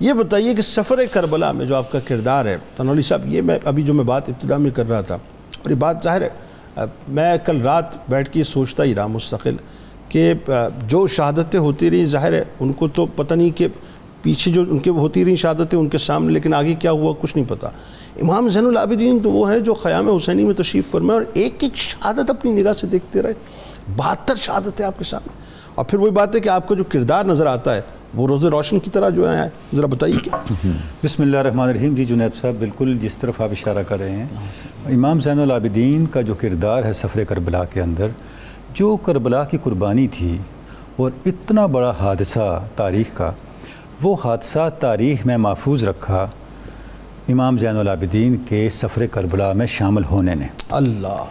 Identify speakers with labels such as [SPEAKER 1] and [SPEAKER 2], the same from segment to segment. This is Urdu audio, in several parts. [SPEAKER 1] یہ بتائیے کہ سفر کربلا میں جو آپ کا کردار ہے تنولی صاحب یہ میں ابھی جو میں بات ابتدا میں کر رہا تھا اور یہ بات ظاہر ہے میں کل رات بیٹھ کے سوچتا ہی رہا مستقل کہ جو شہادتیں ہوتی رہیں ظاہر ہے ان کو تو پتہ نہیں کہ پیچھے جو ان کے ہوتی رہی شہادتیں ان کے سامنے لیکن آگے کیا ہوا کچھ نہیں پتا امام زین العابدین تو وہ ہیں جو خیام حسینی میں تشریف فرمائے اور ایک ایک شہادت اپنی نگاہ سے دیکھتے رہے بہتر شہادت ہے آپ کے سامنے اور پھر وہی بات ہے کہ آپ کا جو کردار نظر آتا ہے وہ روز روشن کی طرح جو ہے ذرا بتائیے کیا
[SPEAKER 2] بسم اللہ الرحمن الرحیم جی جنید صاحب بالکل جس طرف آپ اشارہ کر رہے ہیں امام زین العابدین کا جو کردار ہے سفر کربلا کے اندر جو کربلا کی قربانی تھی اور اتنا بڑا حادثہ تاریخ کا وہ حادثہ تاریخ میں محفوظ رکھا امام زین العابدین کے سفر کربلا میں شامل ہونے نے
[SPEAKER 1] اللہ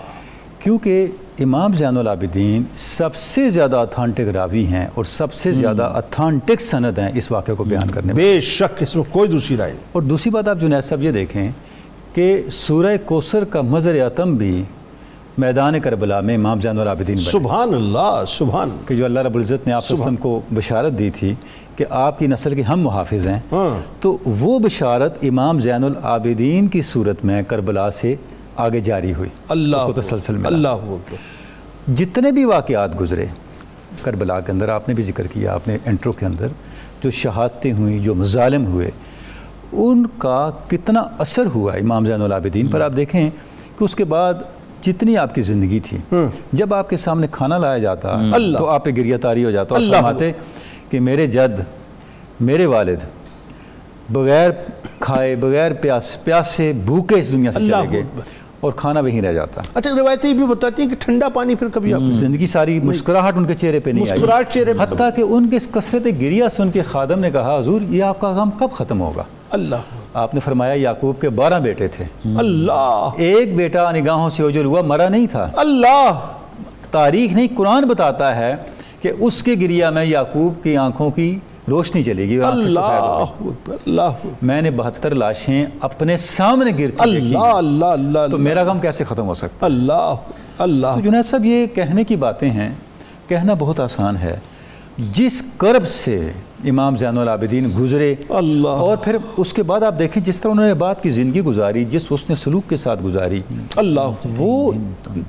[SPEAKER 2] کیونکہ امام زین العابدین سب سے زیادہ اتھانٹک راوی ہیں اور سب سے زیادہ اتھانٹک سند ہیں اس واقعے کو بیان کرنے میں
[SPEAKER 1] بے شک اس میں کوئی دوسری رائے نہیں
[SPEAKER 2] اور دوسری بات آپ جنید صاحب یہ دیکھیں کہ سورہ کوثر کا مظر اتم بھی میدان کربلا میں امام زین العابدین بنے
[SPEAKER 1] سبحان اللہ سبحان اللہ
[SPEAKER 2] کہ جو اللہ رب العزت نے آپ صلی اللہ علیہ وسلم کو بشارت دی تھی کہ آپ کی نسل کے ہم محافظ ہیں
[SPEAKER 1] ہاں
[SPEAKER 2] تو وہ بشارت امام زین العابدین کی صورت میں کربلا سے آگے جاری ہوئی
[SPEAKER 1] اللہ
[SPEAKER 2] اس کو
[SPEAKER 1] اکبر،
[SPEAKER 2] تسلسل ملا
[SPEAKER 1] اللہ اکبر۔
[SPEAKER 2] جتنے بھی واقعات گزرے کربلا کے اندر آپ نے بھی ذکر کیا آپ نے انٹرو کے اندر جو شہادتیں ہوئیں جو مظالم ہوئے ان کا کتنا اثر ہوا امام زین العابدین پر آپ دیکھیں کہ اس کے بعد جتنی آپ کی زندگی تھی جب آپ کے سامنے کھانا لایا جاتا
[SPEAKER 1] اللہ
[SPEAKER 2] تو آپ پہ گریہ تاری ہو جاتا اور
[SPEAKER 1] اللہ
[SPEAKER 2] فرماتے کہ میرے جد میرے والد بغیر کھائے بغیر پیاس پیاسے بھوکے اس دنیا سے
[SPEAKER 1] اللہ
[SPEAKER 2] چلے گئے
[SPEAKER 1] اکبر۔
[SPEAKER 2] اور کھانا وہیں رہ جاتا
[SPEAKER 1] اچھا روایتیں یہ بھی بتاتی ہیں کہ ٹھنڈا پانی پھر کبھی آپ
[SPEAKER 2] زندگی ساری مسکراہٹ ان کے چہرے پہ نہیں آئی
[SPEAKER 1] مسکراہٹ چہرے پہ-
[SPEAKER 2] حتیٰ کہ ان کے اس کثرت گریہ سے ان کے خادم نے کہا حضور یہ آپ کا غم کب ختم ہوگا
[SPEAKER 1] اللہ
[SPEAKER 2] آپ نے فرمایا یعقوب کے بارہ بیٹے تھے
[SPEAKER 1] اکبر، اللہ
[SPEAKER 2] ایک بیٹا نگاہوں سے اوجل ہوا مرا نہیں تھا
[SPEAKER 1] اللہ
[SPEAKER 2] تاریخ نہیں قرآن بتاتا ہے کہ اس کے گریہ میں یعقوب کی آنکھوں کی روشنی چلی گئی اور آنکھیں
[SPEAKER 1] اللہ
[SPEAKER 2] سفید ہو گئیں۔
[SPEAKER 1] اکبر، اللہ اکبر،
[SPEAKER 2] میں نے بہتر لاشیں اپنے سامنے گرتی دیکھی
[SPEAKER 1] اللہ اللہ اللہ
[SPEAKER 2] تو
[SPEAKER 1] اللہ
[SPEAKER 2] میرا غم کیسے ختم ہو سکتا
[SPEAKER 1] اللہ اللہ
[SPEAKER 2] تو جنید صاحب یہ کہنے کی باتیں ہیں کہنا بہت آسان ہے جس کرب سے امام زین العابدین گزرے
[SPEAKER 1] اللہ
[SPEAKER 2] اور پھر اس کے بعد آپ دیکھیں جس طرح انہوں نے بعد کی زندگی گزاری جس اس نے سلوک کے ساتھ گزاری
[SPEAKER 1] اللہ
[SPEAKER 2] وہ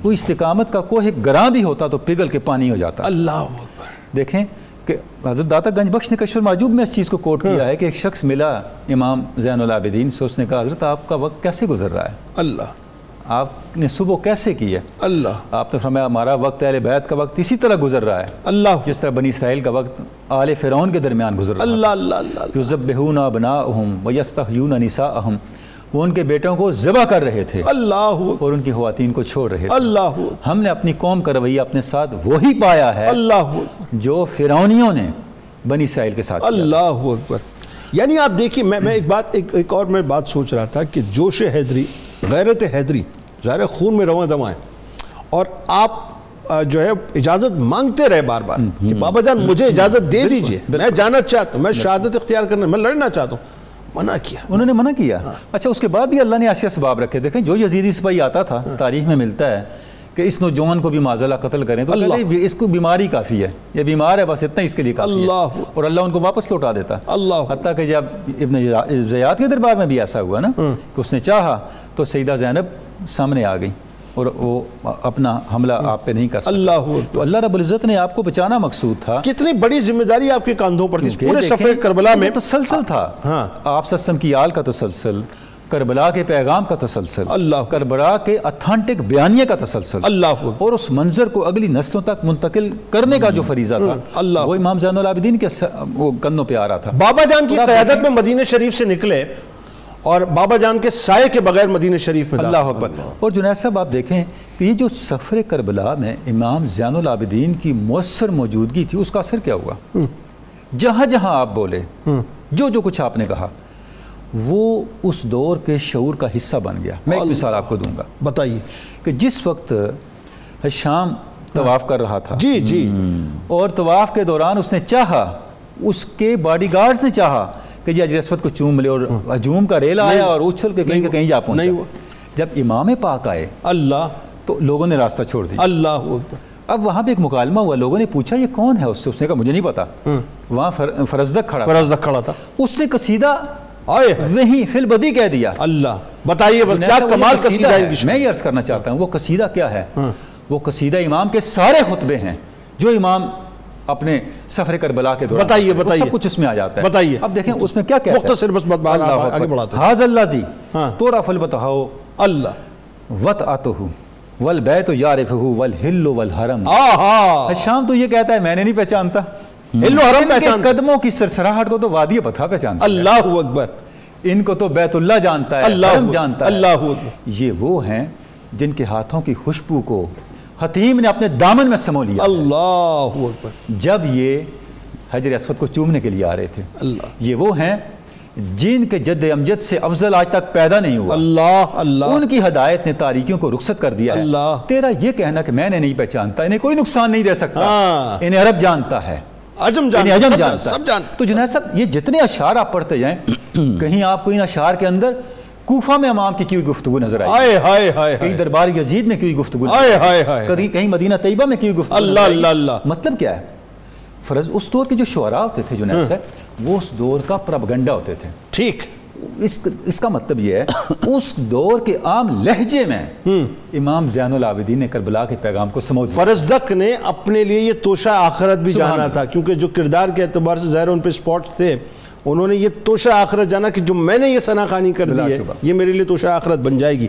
[SPEAKER 2] وہ استقامت کا کوئی گراں بھی ہوتا تو پگھل کے پانی ہو جاتا
[SPEAKER 1] اللہ اکبر،
[SPEAKER 2] دیکھیں کہ حضرت داتا گنج بخش نے کشور معجوب میں اس چیز کو کوٹ کیا ہے کہ ایک شخص ملا امام زین العابدین سے اس نے کہا حضرت آپ کا وقت کیسے گزر رہا ہے
[SPEAKER 1] اللہ
[SPEAKER 2] آپ نے صبح کیسے کی ہے
[SPEAKER 1] اللہ
[SPEAKER 2] آپ نے فرمایا ہمارا وقت اہل بیت کا وقت اسی طرح گزر رہا ہے
[SPEAKER 1] اللہ
[SPEAKER 2] جس طرح بنی اسرائیل کا وقت آل فرعون کے درمیان گزر رہا
[SPEAKER 1] اللہ اللہ اللہ اللہ
[SPEAKER 2] یذبحون ابناءهم ویستحیون نساءهم وہ ان کے بیٹوں کو ذبح کر رہے تھے
[SPEAKER 1] اللہ اکبر،
[SPEAKER 2] اور ان کی خواتین کو چھوڑ رہے تھے
[SPEAKER 1] اللہ اکبر،
[SPEAKER 2] ہم نے اپنی قوم کا رویہ اپنے ساتھ وہی پایا ہے
[SPEAKER 1] اللہ اکبر،
[SPEAKER 2] جو فرعونیوں نے بنی اسرائیل کے ساتھ کیا
[SPEAKER 1] اللہ اکبر یعنی آپ دیکھیے میں میں ایک بات ایک ایک اور میں بات سوچ رہا تھا کہ جوش حیدری غیرت حیدری ظاہر ہے خون میں رواں دواں ہے اور آپ آ، جو ہے اجازت مانگتے رہے بار بار کہ بابا جان مجھے اجازت دے دیجئے میں جانا چاہتا ہوں میں شہادت اختیار کرنا میں لڑنا چاہتا ہوں منع کیا
[SPEAKER 2] انہوں نے منع کیا
[SPEAKER 1] ہاں۔
[SPEAKER 2] اچھا اس کے بعد بھی اللہ نے آسیہ اسباب رکھے دیکھیں جو یزیدی سپاہی آتا تھا
[SPEAKER 1] ہاں۔
[SPEAKER 2] تاریخ میں ملتا ہے کہ اس نوجوان کو بھی معذلہ قتل کریں تو
[SPEAKER 1] اللہ
[SPEAKER 2] کہتے ہیں اس کو بیماری کافی ہے یہ بیمار ہے بس اتنا ہی اس کے لیے کافی
[SPEAKER 1] اللہ
[SPEAKER 2] ہے اور اللہ ان کو واپس لوٹا دیتا
[SPEAKER 1] اللہ
[SPEAKER 2] Oh. حتیٰ کہ جب ابن زیاد کے دربار میں بھی ایسا ہوا نا کہ اس نے چاہا تو سیدہ زینب سامنے آ گئی اور وہ اپنا حملہ آپ پہ نہیں کر سکتا
[SPEAKER 1] اللہ
[SPEAKER 2] تو اللہ رب العزت نے آپ کو بچانا مقصود تھا
[SPEAKER 1] کتنی بڑی ذمہ داری آپ کے کاندھوں پر تھی اس
[SPEAKER 2] کہ
[SPEAKER 1] پورے
[SPEAKER 2] دیکھیں،
[SPEAKER 1] سفر کربلا میں
[SPEAKER 2] یہ تسلسل تھا
[SPEAKER 1] ہاں۔
[SPEAKER 2] آپ سسم کی آل کا تسلسل کربلا کے پیغام کا تسلسل
[SPEAKER 1] اللہ
[SPEAKER 2] کربلا کے اتھانٹک بیانیے کا تسلسل
[SPEAKER 1] اللہ اکبر،
[SPEAKER 2] اور اس منظر کو اگلی نسلوں تک منتقل کرنے کا جو فریضہ تھا
[SPEAKER 1] اللہ
[SPEAKER 2] وہ امام زین العابدین کے س- وہ کندھوں پہ آ رہا تھا
[SPEAKER 1] بابا جان کی
[SPEAKER 2] اور آپ
[SPEAKER 1] قیادت
[SPEAKER 2] دیکھیں-
[SPEAKER 1] میں مدینہ شریف سے نکلے اور بابا جان کے سائے کے بغیر مدینہ شریف میں
[SPEAKER 2] اللہ
[SPEAKER 1] داخل
[SPEAKER 2] اکبر اور جنید صاحب آپ دیکھیں کہ یہ جو سفر کربلا میں امام زین العابدین کی مؤثر موجودگی تھی اس کا اثر کیا ہوا جہاں جہاں آپ بولے جو جو کچھ آپ نے کہا وہ اس دور کے شعور کا حصہ بن گیا میں ایک مثال آپ کو دوں گا
[SPEAKER 1] ہوئے۔ بتائیے
[SPEAKER 2] کہ جس وقت شام طواف کر رہا تھا
[SPEAKER 1] جی جی
[SPEAKER 2] اور طواف کے دوران اس نے چاہا اس کے باڈی گارڈز نے چاہا کہ یہ اجر اسود کو چوم لے اور ہجوم کا ریل آیا اور اچھل کے کہیں کہ کہیں جا
[SPEAKER 1] نہیں ہوا۔
[SPEAKER 2] پہنچا جب امام پاک آئے
[SPEAKER 1] اللہ
[SPEAKER 2] تو لوگوں نے راستہ چھوڑ دیا
[SPEAKER 1] اللہ اکبر
[SPEAKER 2] اب وہاں پہ ایک مکالمہ ہوا لوگوں نے پوچھا یہ کون ہے اس سے اس نے کہا مجھے نہیں پتا
[SPEAKER 1] ہاں۔
[SPEAKER 2] وہاں فر- فرزدق کھڑا
[SPEAKER 1] فرض کھڑا تھا
[SPEAKER 2] اس نے قصیدہ
[SPEAKER 1] آئے ہائے،
[SPEAKER 2] وہیں فی البدی کہہ دیا
[SPEAKER 1] اللہ بتائیے بس،
[SPEAKER 2] جنید
[SPEAKER 1] کیا
[SPEAKER 2] صاحب، وہ
[SPEAKER 1] کمال
[SPEAKER 2] جو
[SPEAKER 1] قصیدہ ہاں۔ ہے ان کی شاعری
[SPEAKER 2] میں یہ عرض کرنا چاہتا ہوں وہ قصیدہ کیا ہے وہ قصیدہ امام کے سارے خطبے ہیں جو امام اپنے سفر کربلا کے دوران
[SPEAKER 1] بتائیے،
[SPEAKER 2] وہ
[SPEAKER 1] بتائیے۔
[SPEAKER 2] سب کچھ اس میں آ جاتا ہے
[SPEAKER 1] بتائیے۔
[SPEAKER 2] اب دیکھیں اس میں کیا کہتا ہے
[SPEAKER 1] مختصر بس بات- بات- آگے بڑھاتے ہیں۔
[SPEAKER 2] حاض اللہ جی
[SPEAKER 1] ہاں۔
[SPEAKER 2] تو رفل بتاؤ
[SPEAKER 1] اللہ
[SPEAKER 2] وط آتو ہوں ول بیت یارف ہوں ول ہل ول حرم
[SPEAKER 1] آہا
[SPEAKER 2] شام تو یہ کہتا ہے میں نے نہیں پہچانتا
[SPEAKER 1] ہل و حرم
[SPEAKER 2] ان ہاں۔ کے
[SPEAKER 1] پہچانتا۔
[SPEAKER 2] قدموں کی سرسراہٹ کو تو وادی پتھا پہچانتا ہے
[SPEAKER 1] اللہ اکبر
[SPEAKER 2] ان کو تو بیت اللہ جانتا ہے
[SPEAKER 1] اللہ
[SPEAKER 2] حرم
[SPEAKER 1] اکبر،
[SPEAKER 2] جانتا ہے
[SPEAKER 1] اللہ اکبر۔
[SPEAKER 2] یہ وہ ہیں جن کے ہاتھوں کی خوشبو کو حتیم نے اپنے دامن میں سمو لیا
[SPEAKER 1] اللہ اکبر
[SPEAKER 2] جب یہ حجر اسود کو چومنے کے لیے آ رہے تھے
[SPEAKER 1] اللہ
[SPEAKER 2] یہ وہ ہیں جن کے جد امجد سے افضل آج تک پیدا نہیں ہوا
[SPEAKER 1] اللہ اللہ
[SPEAKER 2] ان کی ہدایت نے تاریکیوں کو رخصت کر دیا ہے
[SPEAKER 1] اللہ
[SPEAKER 2] تیرا یہ کہنا کہ میں نے نہیں پہچانتا انہیں کوئی نقصان نہیں دے سکتا
[SPEAKER 1] ہاں۔
[SPEAKER 2] انہیں عرب جانتا ہے
[SPEAKER 1] عجم
[SPEAKER 2] انہیں
[SPEAKER 1] جانتا
[SPEAKER 2] یعنی عجم
[SPEAKER 1] سب جانتا
[SPEAKER 2] جانتا
[SPEAKER 1] سب جانتا
[SPEAKER 2] تو جنید صاحب یہ جتنے اشعار آپ پڑھتے جائیں کہیں آپ کو ان اشعار کے اندر کوفہ میں امام کی کی ہوئی گفتگو نظر آئی
[SPEAKER 1] ہائے ہائے ہائے
[SPEAKER 2] کہیں
[SPEAKER 1] ہائے
[SPEAKER 2] دربار یزید میں کی ہوئی گفتگو نظر
[SPEAKER 1] ہائے
[SPEAKER 2] آئی۔
[SPEAKER 1] ہائے ہائے
[SPEAKER 2] کہیں کہیں مدینہ طیبہ میں کی ہوئی گفتگو
[SPEAKER 1] اللہ،
[SPEAKER 2] نظر آئی۔
[SPEAKER 1] اللہ، اللہ۔
[SPEAKER 2] مطلب کیا ہے فرض اس دور کے جو شعراء ہوتے تھے
[SPEAKER 1] ہاں۔
[SPEAKER 2] جنید صاحب وہ اس دور کا پرپگنڈا ہوتے تھے
[SPEAKER 1] ٹھیک
[SPEAKER 2] اس اس کا مطلب یہ ہے اس دور کے عام لہجے میں
[SPEAKER 1] ہاں۔
[SPEAKER 2] امام زین العابدین نے کربلا کے پیغام کو سمجھ
[SPEAKER 1] فرزدق نے اپنے لیے یہ توشہ آخرت بھی
[SPEAKER 2] سبحان
[SPEAKER 1] جانا
[SPEAKER 2] اللہ۔
[SPEAKER 1] تھا کیونکہ جو کردار کے اعتبار سے ظاہر ہے ان پہ سپاٹس تھے انہوں نے یہ توشہ آخرت جانا کہ جو میں نے یہ ثنا خانی کر
[SPEAKER 2] بلا
[SPEAKER 1] دی ہے
[SPEAKER 2] شبہ۔
[SPEAKER 1] یہ میرے لیے توشہ آخرت بن جائے گی